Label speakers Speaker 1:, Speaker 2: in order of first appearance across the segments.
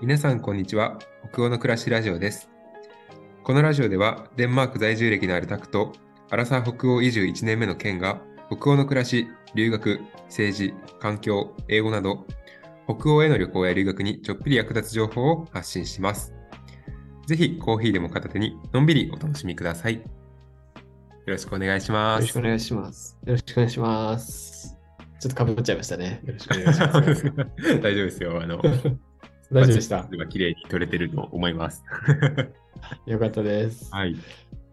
Speaker 1: 皆さんこんにちは北欧の暮らしラジオですこのラジオではデンマーク在住歴のあるタクとアラサー北欧移住1年目のケンが北欧の暮らし留学政治環境英語など北欧への旅行や留学にちょっぴり役立つ情報を発信しますぜひコーヒーでも片手にのんびりお楽しみくださいよろしくお願いし
Speaker 2: よ
Speaker 1: ま
Speaker 2: ろしく
Speaker 1: す
Speaker 2: お願いします。よろしくお願いします。ちょっとかぶっちゃいましたね。よろしくお願いしま す。
Speaker 1: 大丈夫です よあの
Speaker 2: 大丈夫でした。
Speaker 1: 今綺麗に撮れてると思い ます
Speaker 2: よかったです。
Speaker 1: はい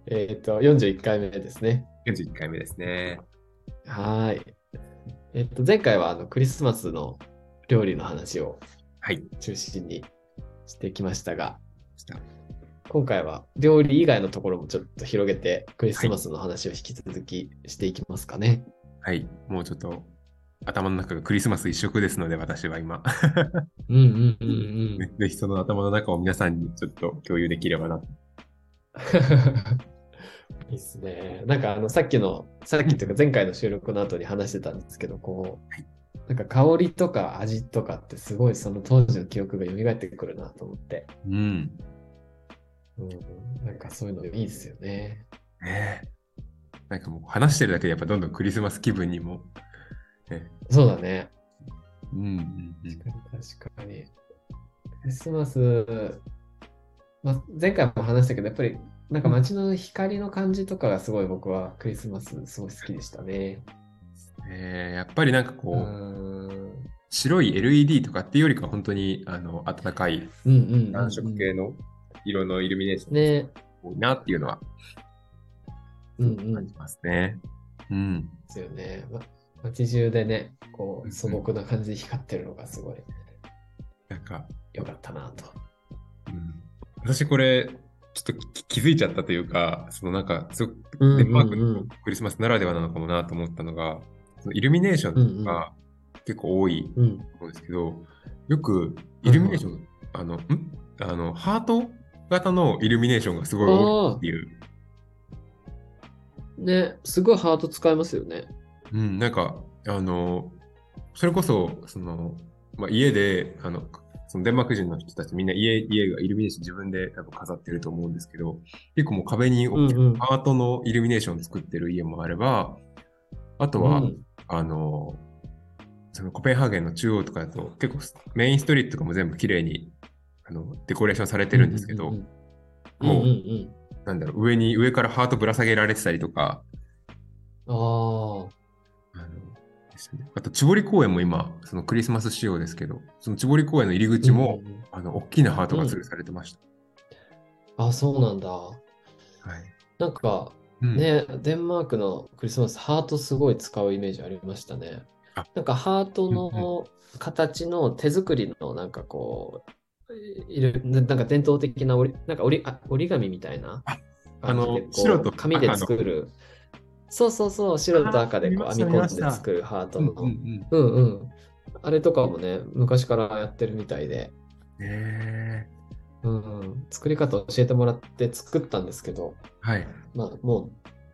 Speaker 2: えっ、と、41回目ですね。
Speaker 1: 41回目ですね
Speaker 2: はーい。えっ、と、前回はあのクリスマスの料理の話を
Speaker 1: はい
Speaker 2: 中心にしてきましたが、
Speaker 1: した
Speaker 2: 今回は料理以外のところもちょっと広げて、クリスマスの話を引き続きしていきますかね。
Speaker 1: はい、もうちょっと頭の中がクリスマス一色ですので、私は今。
Speaker 2: うんうんうんうん。
Speaker 1: ぜひその頭の中を皆さんにちょっと共有できればな。
Speaker 2: いいっすね。なんかあのさっきの、さっきというか前回の収録の後に話してたんですけど、こう、
Speaker 1: はい
Speaker 2: なんか香りとか味とかってすごいその当時の記憶が蘇ってくるなと思って、
Speaker 1: うん。
Speaker 2: うん、なんかそういうのいいですよね。
Speaker 1: ねえなんかもう話してるだけでやっぱどんどんクリスマス気分にも。
Speaker 2: そうだね。
Speaker 1: うんうんうん
Speaker 2: 確かに確かに。クリスマス、まあ、前回も話したけど、やっぱりなんか街の光の感じとかがすごい僕はクリスマスすごい好きでしたね。
Speaker 1: えーやっぱりなんかこう、
Speaker 2: うん
Speaker 1: 白い LED とかっていうよりかは本当にあの暖かい
Speaker 2: うんうんうんうん
Speaker 1: 暖色系の色のイルミネーションが
Speaker 2: ね。
Speaker 1: 多いなっていうのは
Speaker 2: うんう
Speaker 1: 感
Speaker 2: ん。で
Speaker 1: じますね。うん。
Speaker 2: すよね。ま、街中でね、こ
Speaker 1: うん
Speaker 2: う素朴な感じで光ってるのがすごい
Speaker 1: なんか
Speaker 2: 良かったなと。
Speaker 1: うん私これちょっとき気づいちゃったというかそのなんかすごく
Speaker 2: うんうんうん
Speaker 1: デンマークのクリスマスならではなのかもなと思ったのが、そのイルミネーションが結構多い
Speaker 2: うん。
Speaker 1: と思うんですけど、よくイルミネーション、あのんあのハート型のイルミネーションがすごい多いっていう、
Speaker 2: ね、すごいハート使いますよね。
Speaker 1: うん、なんかあのそれこそその、まあ、家であのそのデンマーク人の人たちみんな家家がイルミネーション自分で多分飾ってると思うんですけど結構もう壁に
Speaker 2: うんうん。
Speaker 1: アートのイルミネーションを作ってる家もあれば、あとは、
Speaker 2: うん
Speaker 1: あの、そのコペンハーゲンの中央とかだと、結構スメインストリートとかも全部綺麗にあのデコレーションされてるんですけど、
Speaker 2: うんうんうん、
Speaker 1: もう
Speaker 2: うんうん
Speaker 1: なんだろう、上に、上からハートぶら下げられてたりとか、
Speaker 2: う
Speaker 1: あ
Speaker 2: ん。ああ。
Speaker 1: のですね、あと、千堀公園も今、そのクリスマス仕様ですけど、その千堀公園の入り口も、
Speaker 2: うんうんうん。
Speaker 1: あの、大きなハートが吊るされてました。
Speaker 2: あ、そうなんだ。
Speaker 1: はい。
Speaker 2: なんか
Speaker 1: うん、
Speaker 2: ね、デンマークのクリスマス、ハートすごい使うイメージありましたね
Speaker 1: あ。
Speaker 2: なんかハート
Speaker 1: うん
Speaker 2: の形の手作りのなんかこう、いるななんか伝統的な折りなんか折りあ折り紙みたいな
Speaker 1: ああ
Speaker 2: 感じ
Speaker 1: の
Speaker 2: でこう
Speaker 1: 白と
Speaker 2: 紙で作る。そうそうそう、白と赤でこう
Speaker 1: あ
Speaker 2: 編
Speaker 1: 見
Speaker 2: み
Speaker 1: ました
Speaker 2: 込んで作るハート
Speaker 1: うん
Speaker 2: の。
Speaker 1: うんうん。ね
Speaker 2: うんうん。あれとかもね、昔からやってるみたいで、
Speaker 1: え
Speaker 2: うんうん、作り方教えてもらって作ったんですけど、
Speaker 1: はい。
Speaker 2: まあも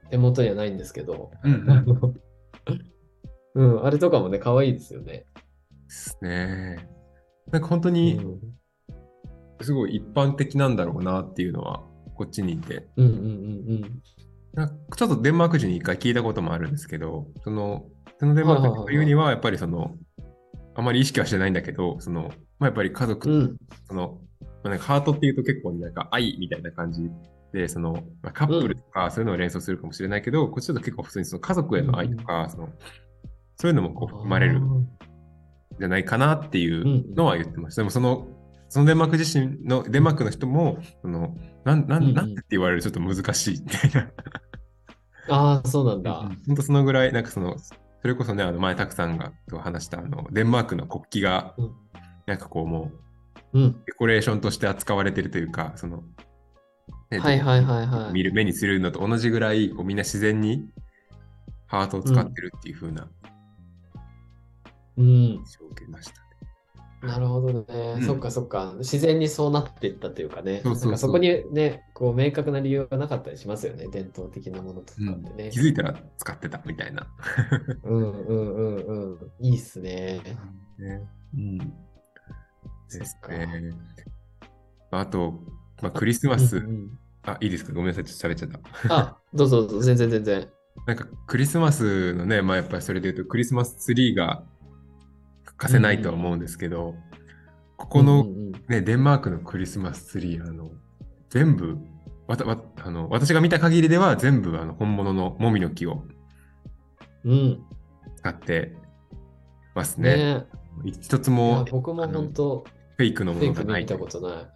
Speaker 2: う手元にはないんですけど、
Speaker 1: うんうん
Speaker 2: あの うん、あれとかもね、可愛いですよね。
Speaker 1: ですね。なんか本当
Speaker 2: うん
Speaker 1: に、すごい一般的なんだろうなっていうのは、こっちにいて。
Speaker 2: うんうん
Speaker 1: なんかちょっとデンマーク人に一回聞いたこともあるんですけど、その、そのデンマーク人が言うには、やっぱりその、あまり意識はしてないんだけど、その、まあ、やっぱり家
Speaker 2: うんうん。う
Speaker 1: 族、
Speaker 2: ん。
Speaker 1: その、まあ、なんかハートっていうと結構なんか愛みたいな感じで、その、まあ、カップルとかそういうのを連想するかもしれないけど、こっちだと結構普通にその家族への愛とか、その、そういうのもこう含まれるじゃないかなっていうのは言ってました。でもその、そのデンマーク自身の、デンマークの人も、そのなんな
Speaker 2: うんうんん
Speaker 1: なんて言われるとちょっと難しいみたいな。
Speaker 2: ああ、そうなんだ。
Speaker 1: 本当そのぐらい、なんかその、それこそね、あの前、たくさんがと話したあの、デンマークの国旗が
Speaker 2: うん、
Speaker 1: なんかこう、も
Speaker 2: うん
Speaker 1: う、。デコレーションとして扱われてるというか、その、ね
Speaker 2: はいはいはいは
Speaker 1: 見
Speaker 2: い。
Speaker 1: る目にするのと同じぐらい、こうみんな自然にハートを使ってるっていう風な
Speaker 2: うん。
Speaker 1: 印象を受けました。
Speaker 2: なるほどね。
Speaker 1: うん
Speaker 2: そっかそっか。自然にそうなっていったというかね。
Speaker 1: そうそうそう
Speaker 2: なんかそこにね、こう明確な理由がなかったりしますよね。伝統的なものとかってね
Speaker 1: 気。づいたら使ってたみたいな。
Speaker 2: うんうんうんうん。いいっすね。
Speaker 1: ねうん、です
Speaker 2: そっか
Speaker 1: ね。まああと、まあ、クリスマス、
Speaker 2: うんうん
Speaker 1: あ、いいですかごめんなさい、ちょっと喋っちゃった。
Speaker 2: あ、どうぞどうぞ、全然全然。
Speaker 1: なんかクリスマスのね、まあやっぱりそれで言うとクリスマスツリーが欠かせないとは思うんですけど、ここ
Speaker 2: うん
Speaker 1: の
Speaker 2: うんうん
Speaker 1: ね、デンマークのクリスマスツリー、あの、全部、わたわあの私が見た限りでは全部あの本物のモミの木を
Speaker 2: うん。
Speaker 1: 使ってます
Speaker 2: ね
Speaker 1: ね。一つ
Speaker 2: い
Speaker 1: も
Speaker 2: や僕も
Speaker 1: あの
Speaker 2: 本当、
Speaker 1: フェイクのも
Speaker 2: フェ
Speaker 1: の
Speaker 2: イ
Speaker 1: が
Speaker 2: ク
Speaker 1: な
Speaker 2: で
Speaker 1: い
Speaker 2: 見たことない。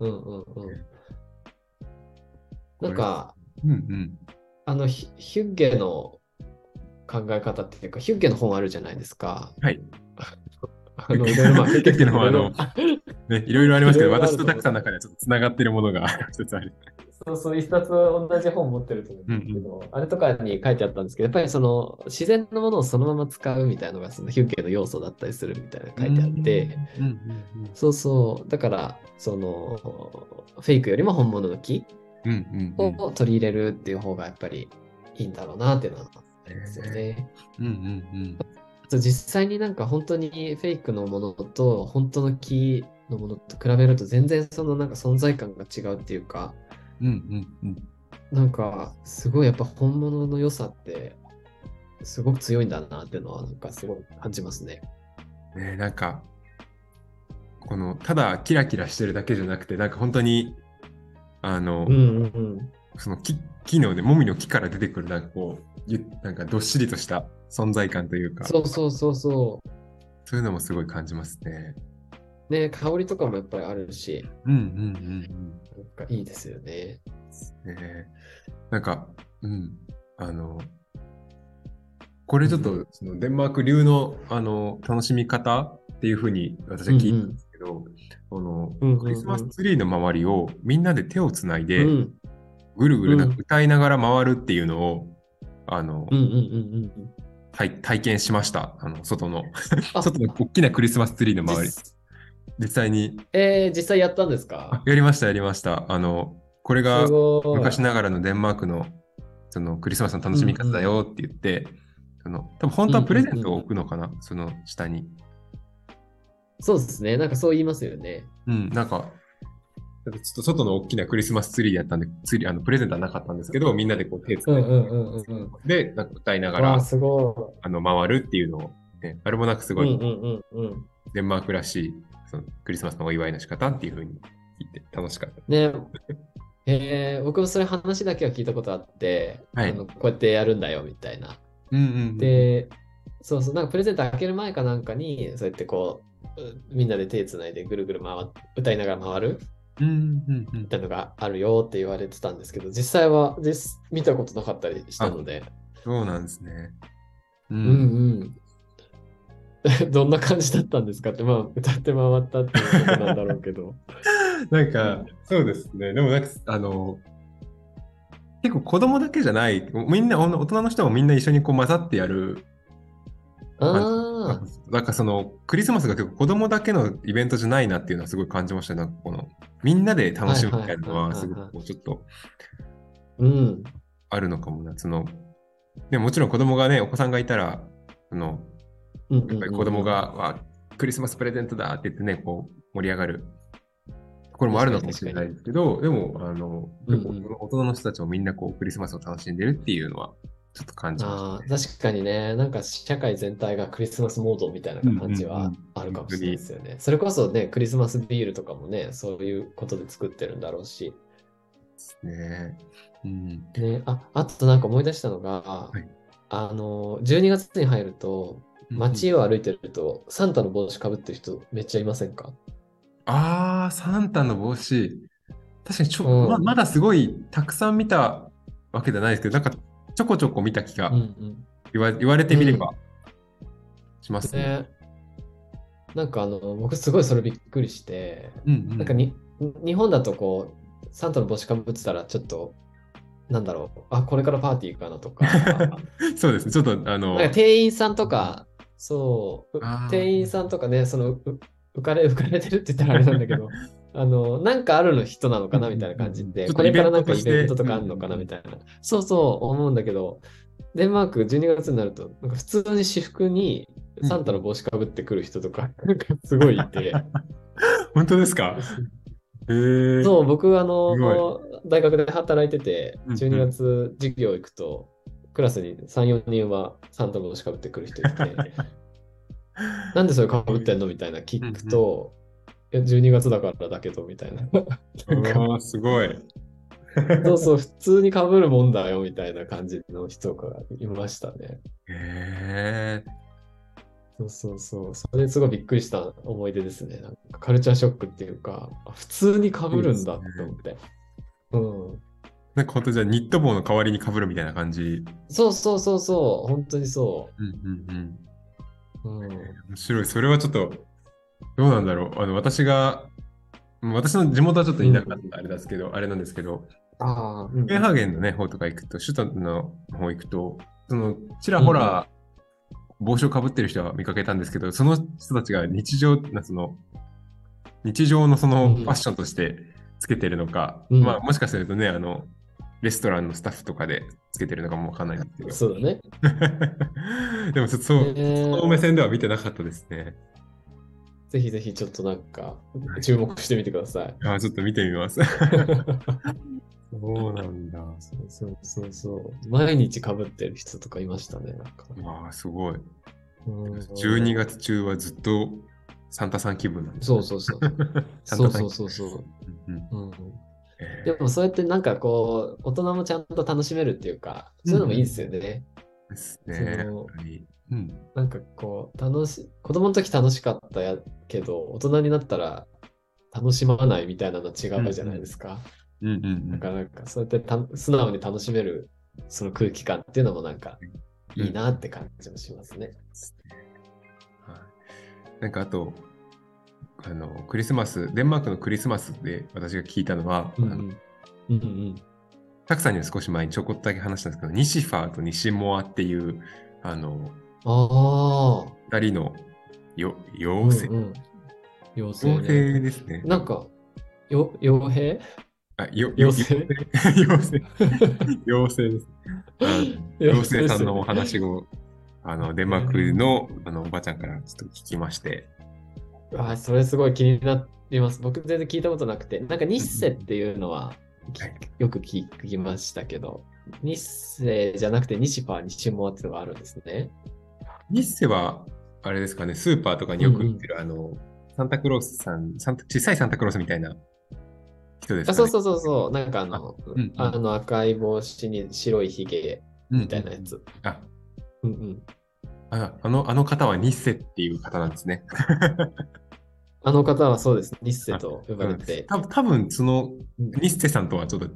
Speaker 2: うんうんうん。なん
Speaker 1: これ
Speaker 2: か、
Speaker 1: うんうん。
Speaker 2: あの、ヒヒュッゲの考え方っていうか、ヒュッゲの本あるじゃないですか。
Speaker 1: はい。
Speaker 2: あの、いろいろまあ
Speaker 1: ヒュッゲの本あの
Speaker 2: いろいろ
Speaker 1: ね、いろいろありますけど、
Speaker 2: いろいろあ
Speaker 1: 私
Speaker 2: る
Speaker 1: と
Speaker 2: と思う
Speaker 1: たくさんの中でちょっとつながってるものが 一つある。
Speaker 2: そうそう、一冊同じ本持ってると思うんですけど、あれとかに書いてあったんですけど、やっぱりその自然のものをそのまま使うみたいなのが、そのヒュッケの要素だったりするみたいなの書いてあって、
Speaker 1: うんうん
Speaker 2: そうそう、だから、その、フェイクよりも本物の木
Speaker 1: うん。うんうんうん
Speaker 2: を取り入れるっていう方がやっぱりいいんだろうなっていうのはありますよね。
Speaker 1: うんうん
Speaker 2: そう実際になんか本当にフェイクのものと本当の木のものと比べると全然そのなんか存在感が違うっていうか、
Speaker 1: うんうんうん
Speaker 2: なんかすごいやっぱ本物の良さってすごく強いんだなっていうのはなんかすごい感じますね。
Speaker 1: ねなんかこのただキラキラしてるだけじゃなくてなんか本当にあの、
Speaker 2: うんうん
Speaker 1: その木木のねもみの木から出てくるなんかこうゆなんかどっしりとした存在感という
Speaker 2: うん。
Speaker 1: か
Speaker 2: そうそうそうそ
Speaker 1: そういうのもすごい感じますね。
Speaker 2: う。ね、香りとかもやっぱりあるし、
Speaker 1: うんうん
Speaker 2: なんかいいですよね。
Speaker 1: うんうん。ねなんかうんあのこれちょっとそのデンマーク流のあの楽しみ方っていうふうに私は聞いたんですけど、この
Speaker 2: うんうんうん
Speaker 1: クリスマスツリーの周りをみんなで手をつないで、
Speaker 2: うん
Speaker 1: ぐるぐるな
Speaker 2: うん
Speaker 1: 歌いながら回るっていうのを、あの、
Speaker 2: うんうんうんうん。
Speaker 1: 体体験しました。あの、外の、
Speaker 2: あ
Speaker 1: 外の大きなクリスマスツリーの周り。
Speaker 2: 実
Speaker 1: 実際に、
Speaker 2: えー実際やったんです
Speaker 1: あ
Speaker 2: か
Speaker 1: やりました、やりました。あの、これが
Speaker 2: すごい。
Speaker 1: 昔ながらのデンマークの、そのクリスマスの楽しみ方だよって言って、その、多分本当はプレゼントを置くのかな、その下に。
Speaker 2: そうですね。なんかそう言いますよね。
Speaker 1: うん、なんか、ちょっと外の大きなクリスマスツリーやったんで、ツリー、あの、プレゼントはなかったんですけど、みんなでこう手つ
Speaker 2: うん
Speaker 1: な
Speaker 2: う
Speaker 1: い
Speaker 2: んうんうんうん。
Speaker 1: で、なんか歌いなが
Speaker 2: わあ、
Speaker 1: ら、
Speaker 2: すご
Speaker 1: あの、回るっていうのを、ね、あれもなくす
Speaker 2: い。
Speaker 1: ごい、
Speaker 2: うんうんうんうん。
Speaker 1: デンマークらしいそのクリスマスのお祝いの仕方っていう風に聞いて楽しかった。
Speaker 2: ねえー僕もそれ話だけは聞いたことあって、
Speaker 1: はい
Speaker 2: あのこうやってやるんだよみたいな。
Speaker 1: うんうん、
Speaker 2: で、そうそう、なんかプレゼント開ける前かなんかに、そうやってこう、うみんなで手つないでぐるぐる回っ歌いながら回るみ
Speaker 1: うんうんうん
Speaker 2: たいなのがあるよって言われてたんですけど、実際は実見たことなかったりしたので、
Speaker 1: そうなんですね。うん
Speaker 2: うんうん。 どんな感じだったんですかって、まあ、歌って回ったっていうことなんだろう けど。
Speaker 1: なんか、そうですね。でもなんか、あの、結構子供だけじゃない、みんな、おん大人の人もみんな一緒にこう混ざってやる。
Speaker 2: ああ、
Speaker 1: なんかその、クリスマスが結構子供だけのイベントじゃないなっていうのはすごい感じましたね。なんかこの、みんなで楽しむみたいなのは、すごくこうちょっと
Speaker 2: うん。
Speaker 1: あるのかもな。そのでももちろん子供がね、お子さんがいたら、その
Speaker 2: うんうんうん
Speaker 1: やっぱり子供が、わクリスマスプレゼントだって言ってね、こう盛り上がるところもあるのかもしれないですけど、でも、あの、
Speaker 2: うんうん
Speaker 1: 結構大人の人たちもみんなこうクリスマスを楽しんでるっていうのは、ちょっと感じま
Speaker 2: ああ確かにね、なんか社会全体がクリスマスモードみたいな感じ
Speaker 1: うんうんう
Speaker 2: は
Speaker 1: ん
Speaker 2: あるかもしれないですよね。それこそね、クリスマスビールとかもね、そういうことで作ってるんだろうし。
Speaker 1: すね。うん。
Speaker 2: ね、ああとなんか思い出したのが、
Speaker 1: い
Speaker 2: あの、12月に入ると、街を歩いてると、サンタの帽子かぶってる人めっちゃいませんか
Speaker 1: ああ、サンタの帽子。確かにちょ、
Speaker 2: うん
Speaker 1: ままだすごいたくさん見たわけじゃないですけど、なんかちょこちょこ見た気が
Speaker 2: うんうん。
Speaker 1: 言わ,、言われてみればしますね。
Speaker 2: ね、なんかあの、僕すごいそれびっくりして、
Speaker 1: うんうん
Speaker 2: なんかに、日本だとこう、サンタの帽子かぶってたら、ちょっと、なんだろう、あ、これからパーティーかなとか、なんか
Speaker 1: そうですね、ちょっとあの、
Speaker 2: 店員さんとか、そう、う
Speaker 1: あー
Speaker 2: 店員さんとかね、その、う浮かれ、 浮かれてるって言ったらあれなんだけど、 あの、なんかあるの人なのかなみたいな感じ
Speaker 1: うんうん
Speaker 2: で、
Speaker 1: うん
Speaker 2: これからなんか
Speaker 1: ちょっ
Speaker 2: イ
Speaker 1: とイベ
Speaker 2: ベ
Speaker 1: ン
Speaker 2: ン
Speaker 1: ト
Speaker 2: ト
Speaker 1: と
Speaker 2: と
Speaker 1: して
Speaker 2: かあるのかなみたいな、そうそう思うんだけど、デンマーク12月になると、なんか普通に私服に
Speaker 1: うん
Speaker 2: サンタの帽子かぶってくる人とか、なんかすごいい て。
Speaker 1: 本当ですかえー、
Speaker 2: そう、僕、あの
Speaker 1: す
Speaker 2: 大学で働いてて、
Speaker 1: うんうん
Speaker 2: 12月授業行くと、クラスに3、4人はサンタの帽子かぶってくる人い て、なんでそれかぶってんのみたいな聞くと、いや12月だからだけどみた いな。
Speaker 1: ああ、すごい。
Speaker 2: そうそう、普通にかぶるもんだよみたいな感じの人がいましたね。
Speaker 1: えー、
Speaker 2: そうそうそう、それすごいびっくりした思い出ですね。なんかカルチャーショックっていうか、あ普通にかぶるんだって思って。うん
Speaker 1: なんか本当じゃあニット帽の代わりにかぶるみたいな感じ。
Speaker 2: そうそうそうそう、本当にそ
Speaker 1: うんうんうん。
Speaker 2: う。うん、
Speaker 1: 面白い。それはちょっと、どうなんだろう。あの、私が、うん私の地元はちょっと田舎だったあれですけど、あれなんですけど、
Speaker 2: ああ、う
Speaker 1: コペンハーゲンのね、方とか行くと、首都の方行くと、その、ちらほら、帽子をかぶってる人は見かけたんですけど、その人たちが日常、なその、日常のその
Speaker 2: うん
Speaker 1: ファッションとしてつけてるのか、
Speaker 2: うん
Speaker 1: まあ、もしかするとね、あの、レストランのスタッフとかでつけてるのかもわかんないんですけど。
Speaker 2: そうだね。
Speaker 1: でもちょっとそう、
Speaker 2: えー
Speaker 1: その目線では見てなかったですね。
Speaker 2: ぜひぜひちょっとなんか注目してみてください。
Speaker 1: あちょっと見てみ ます。そうなんだ。
Speaker 2: そうそうそうそう。毎日かぶってる人とかいましたね。なんか
Speaker 1: わあ、すごい。
Speaker 2: うん
Speaker 1: 12月中はずっとサンタさん気分なんです。
Speaker 2: そうそ うそう。
Speaker 1: サン
Speaker 2: そう
Speaker 1: タさ
Speaker 2: そ
Speaker 1: ん
Speaker 2: うそうそう。
Speaker 1: うんうん
Speaker 2: うん、
Speaker 1: え
Speaker 2: でもそうやってなんかこう、大人もちゃんと楽しめるっていうか、そういうのもいいですよね。
Speaker 1: ーですね。や
Speaker 2: その
Speaker 1: っぱりうん
Speaker 2: なんかこう、楽し、子供の時楽しかったやけど、大人になったら楽しまないみたいなの違うじゃないですか。
Speaker 1: うんうんう
Speaker 2: なん
Speaker 1: ん
Speaker 2: かなんかそうやってた素直に楽しめるその空気感っていうのもなんかいいなって感じもしますね。
Speaker 1: はいなんかあと、あの、クリスマス、デンマークのクリスマスで私が聞いたのは、
Speaker 2: うんう
Speaker 1: あの
Speaker 2: んうんうん
Speaker 1: タクさんには少し前にちょこっとだけ話したんですけど、ニシファーとニシモアっていう、あの、
Speaker 2: ああ、
Speaker 1: 二人のよ
Speaker 2: うん
Speaker 1: 妖精、
Speaker 2: うん、
Speaker 1: 妖
Speaker 2: 妖精、ね。
Speaker 1: 精ですね。
Speaker 2: なんか、よ傭兵
Speaker 1: あ、よ、よ
Speaker 2: 妖精
Speaker 1: 妖精。妖精です。あの
Speaker 2: 妖精
Speaker 1: 妖精さんのお話を、あの、デンマークの、あの、おばちゃんからちょっと聞きまして。
Speaker 2: あーそれすごい気になります。僕全然聞いたことなくて、なんか日世っていうのはき
Speaker 1: はい
Speaker 2: よく聞きましたけど、日世じゃなくて西パー西モアっていうのがあるんですね。
Speaker 1: ニッセは、あれですかね、スーパーとかによく売ってる、あの、サンタクロースさん、サンタ小さいサンタクロースみたいな人ですかね。
Speaker 2: あそうそうそうそう、なんかあの、
Speaker 1: うんうん
Speaker 2: あの赤い帽子に白いひげみたいなやつ。
Speaker 1: うん。あ
Speaker 2: うんうん、
Speaker 1: ああの、あの方はニッセっていう方なんですね。
Speaker 2: あの方はそうです、ニッセと呼ばれて。
Speaker 1: 多分多分その、
Speaker 2: うん
Speaker 1: ニッセさんとはちょっと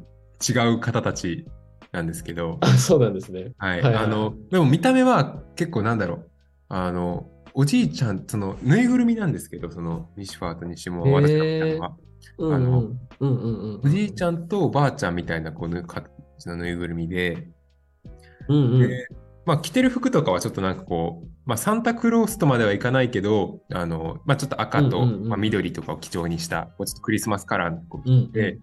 Speaker 1: 違う方たちなんですけど、
Speaker 2: あ、そうなんですね。
Speaker 1: はい。
Speaker 2: はいはい
Speaker 1: あの、でも見た目は結構なんだろう。あの、おじいちゃん、その、ぬいぐるみなんですけど、その、西ファーと西も
Speaker 2: へー
Speaker 1: 私が見たのは、
Speaker 2: うんう
Speaker 1: あの
Speaker 2: んうんうんうん。
Speaker 1: おじいちゃんとおばあちゃんみたいな、こう、ぬ形のぬいぐるみで、
Speaker 2: うんうん。
Speaker 1: でまあ、着てる服とかはちょっとなんかこう、まあ、サンタクロースとまではいかないけど、あの、まあ、ちょっと赤と、
Speaker 2: うんうんうん
Speaker 1: まあ、緑とかを基調にした、こうちょっとクリスマスカラーのこう
Speaker 2: うん
Speaker 1: で、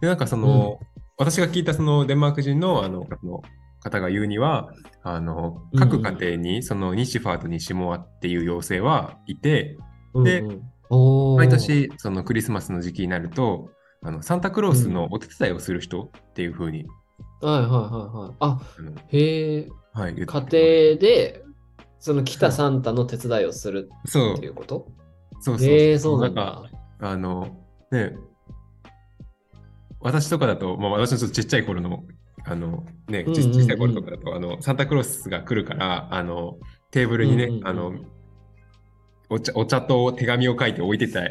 Speaker 1: でなんかその、私が聞いたそのデンマーク人のあのその方が言うには、あの
Speaker 2: うん
Speaker 1: 各家庭にそのニシファーとニシモアっていう妖精はいて、
Speaker 2: うん
Speaker 1: で
Speaker 2: うんうんおー
Speaker 1: 毎年そのクリスマスの時期になると、あのサンタクロースのお手伝いをする人っていう風に、
Speaker 2: はいはいはいはい。あ
Speaker 1: あの
Speaker 2: へえ、
Speaker 1: はい、言って
Speaker 2: 家庭でその来たサンタの手伝いをする
Speaker 1: そう
Speaker 2: っていうこと
Speaker 1: そうそう
Speaker 2: へえ、そうなん
Speaker 1: なんか
Speaker 2: だ。
Speaker 1: あのね私とかだと、まあ、私のちょっとちっちゃい頃のあのね
Speaker 2: うんうん
Speaker 1: ちちっちゃい頃とかだとあのサンタクロースが来るからあのテーブルにね、
Speaker 2: うんうんうん
Speaker 1: あのお茶お茶と手紙を書いて置いてたん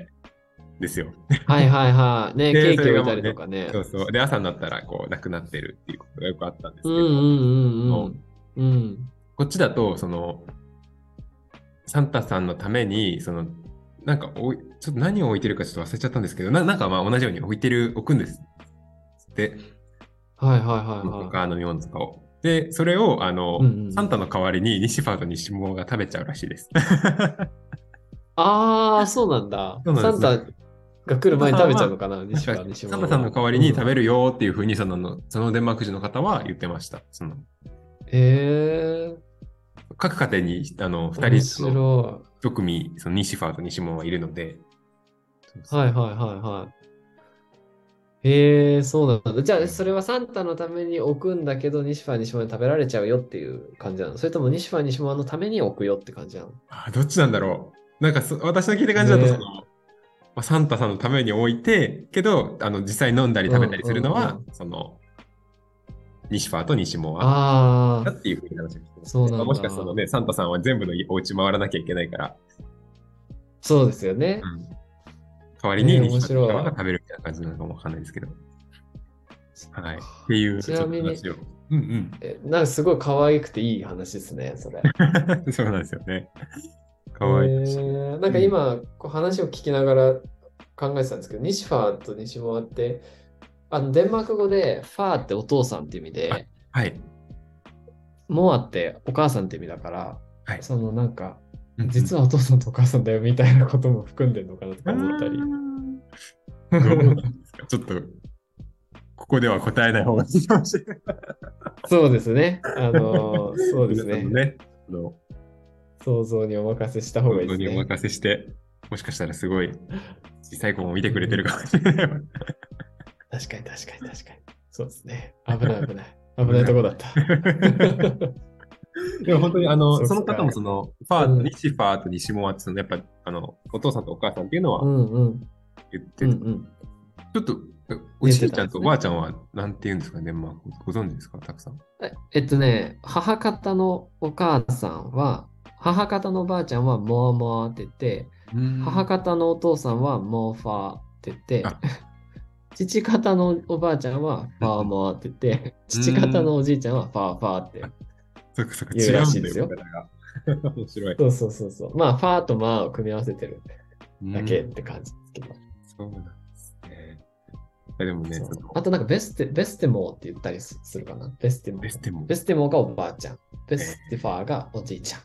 Speaker 1: ですよ。
Speaker 2: はいはいはい。ね、
Speaker 1: で
Speaker 2: ケーキ置いたりとかね。
Speaker 1: そうそうで朝になったらこうなくなってるっていうことがよくあったんですけ
Speaker 2: う
Speaker 1: ど、
Speaker 2: んうんうんうん。うん。
Speaker 1: こっちだとそのサンタさんのためにそのなんかおいちょっと何を置いてるかちょっと忘れちゃったんですけどななんかまあ同じように置いてる置くんですで
Speaker 2: はいはいはいはい。
Speaker 1: 他の飲み物とかを。で、それをあの、
Speaker 2: うんうん
Speaker 1: サンタの代わりに西ファーと西モが食べちゃうらしいです。
Speaker 2: ああ、そうなんだ。
Speaker 1: そうな
Speaker 2: サ
Speaker 1: ん
Speaker 2: ン
Speaker 1: です
Speaker 2: タが来る前に食べちゃうのかな、西
Speaker 1: サ
Speaker 2: 村西
Speaker 1: ンタさんの代わりに食べるよっていうふうにそのそのデンマーク人の方は言ってました。その
Speaker 2: へえ
Speaker 1: 各家庭にあの2
Speaker 2: 面
Speaker 1: 人の
Speaker 2: 白
Speaker 1: 一組、その西ファーと西門はいるので、
Speaker 2: い。はいはいはいはい。へえ、そうなんだ。じゃあ、それはサンタのために置くんだけど、西ファー西モアに食べられちゃうよっていう感じなのそれとも西ファー西モアのために置くよって感じなの
Speaker 1: あーどっちなんだろう。なんかそ私の聞いた感じだと
Speaker 2: ね
Speaker 1: その、まあ、サンタさんのために置いて、けどあの実際飲んだり食べたりするのは、
Speaker 2: うんうん
Speaker 1: その西ファーと西門は
Speaker 2: あ
Speaker 1: だ
Speaker 2: あ、
Speaker 1: っていうふうに話を聞いてます
Speaker 2: そうなんだ
Speaker 1: まあもしかしたらね、サンタさんは全部のお家回らなきゃいけないから、
Speaker 2: そうですよね。
Speaker 1: 代わりに
Speaker 2: ねえ
Speaker 1: 西
Speaker 2: 面白い
Speaker 1: 村が食べるみたいな感じなのかもわかんないですけど。はい。っていう
Speaker 2: ちなみに
Speaker 1: ちょっと話を。うん
Speaker 2: えなんかすごい可愛くていい話ですね、それ。
Speaker 1: うん。 そうなんですよね。かわいい
Speaker 2: えーなんか今、こう話を聞きながら考えてたんですけど、西ファーと西モアって、あのデンマーク語でファーってお父さんって意味で、
Speaker 1: はい。
Speaker 2: モアってお母さんって意味だから、
Speaker 1: はい
Speaker 2: そのなんか、実はお父さんとお母さんだよみたいなことも含んでるのかなとか思ったり。
Speaker 1: うんうん。どうなんですかちょっと、ここでは答えない方がいいかもしれない。
Speaker 2: そうですね。あのーそうです
Speaker 1: 皆さんも。
Speaker 2: ね
Speaker 1: ね。あの
Speaker 2: 想像にお任せした方が
Speaker 1: 本
Speaker 2: いい
Speaker 1: 当
Speaker 2: です
Speaker 1: にお
Speaker 2: ね。
Speaker 1: 任せして、もしかしたらすごい小さい子も見てくれてるかもしれないわ。
Speaker 2: 確かに確かに確かに。そうですね。危ない危ない。危ないとこだ った。
Speaker 1: でも本当にあの
Speaker 2: そ
Speaker 1: そうの方もそのファー、
Speaker 2: うん
Speaker 1: 西ファーと西モアってそのやっぱあのお父さんとお母さんっていうのは
Speaker 2: うんうん。
Speaker 1: 言ってて、
Speaker 2: うんうん。
Speaker 1: ちょっとお
Speaker 2: 言っ
Speaker 1: じ
Speaker 2: てたんですね
Speaker 1: いちゃんとおばあちゃんはなんて言うんですかね、まあ、ご存知ですかたくさん。
Speaker 2: ええっとね、母方のお母さんは、母方のおばあちゃんはモアモアって言って、母方のお父さんはモーファーって言って
Speaker 1: あ、
Speaker 2: 父方のおばあちゃんはファーモアって言って、父方のおじいちゃんはファーファーって。
Speaker 1: そっかそっか
Speaker 2: 言
Speaker 1: 違
Speaker 2: うら
Speaker 1: う
Speaker 2: し
Speaker 1: ん
Speaker 2: い
Speaker 1: だ
Speaker 2: です
Speaker 1: よ、
Speaker 2: よ
Speaker 1: 呼び方が。面白い。
Speaker 2: そうそうそうそう。まあ、ファーとマーを組み合わせてるだけっ
Speaker 1: うん
Speaker 2: て感じですけど。
Speaker 1: そうなんですね。えでもね、
Speaker 2: そう
Speaker 1: その
Speaker 2: あとなんかベステ、ベステモーって言ったりすするかな。ベステモ
Speaker 1: ベ
Speaker 2: ー。
Speaker 1: ステも
Speaker 2: ベ。ステモーがおばあちゃん。ベステファーがおじいちゃん。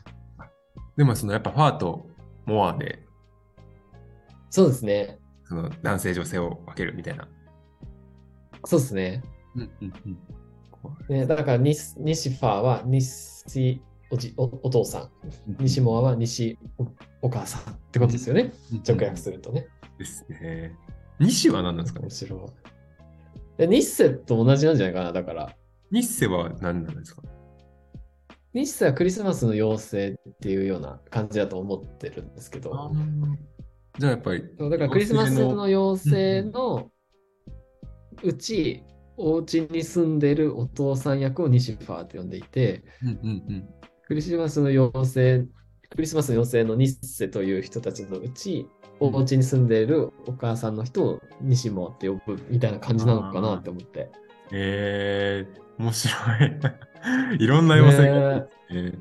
Speaker 1: でもそのやっぱファーとモアで
Speaker 2: そうですね。
Speaker 1: その男性女性を分けるみたいな。
Speaker 2: そうですね。
Speaker 1: うんうんうん。こう
Speaker 2: ね、だから西西ファーは西おじおお父さん、西モアは西おお母さんってことですよね、直訳するとね。
Speaker 1: ですね。西は何なんですかね
Speaker 2: 面白い。でニッセと同じなんじゃないかな、だから。
Speaker 1: ニッセは何なんですか
Speaker 2: ニッセはクリスマスの妖精っていうような感じだと思ってるんですけど、
Speaker 1: じゃあやっぱり。
Speaker 2: そうだからクリスマスの妖精のうち、お家に住んでるお父さん役を西ファーって呼んでいて、
Speaker 1: うんうん
Speaker 2: クリスマスの妖精、クリスマスの妖精のニッセという人たちのうち、お家に住んでいるお母さんの人をニシモって呼ぶみたいな感じなのかなって思って。
Speaker 1: えー、面白い。 いろんな妖精がいる、えー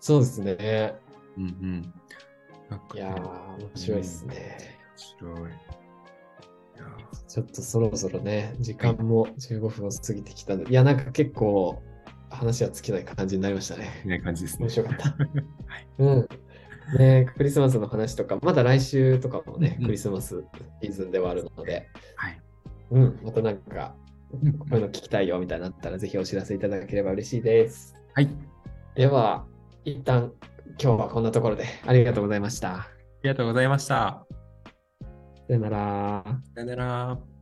Speaker 2: そうですね。
Speaker 1: うんうん。なんか
Speaker 2: い
Speaker 1: ね
Speaker 2: やー、面白いですね。
Speaker 1: 面白い。いや
Speaker 2: ちょっとそろそろね、時間も15分を過ぎてきたので、いや、なんか結構話は尽きない感じになりましたね。
Speaker 1: ーいない感じですね。
Speaker 2: 面白か った。
Speaker 1: い
Speaker 2: うん。ねクリスマスの話とか、まだ来週とかもね
Speaker 1: う、ん
Speaker 2: クリスマスシーズンではあるので、
Speaker 1: はい。
Speaker 2: うん、またなんか
Speaker 1: うん
Speaker 2: こういうの聞きたいよみたいなのあったら、ぜひお知らせいただければ嬉しいです。
Speaker 1: はい。
Speaker 2: では、一旦今日はこんなところでありがとうございました。
Speaker 1: ありがとうございました。
Speaker 2: さよなら。
Speaker 1: さよなら。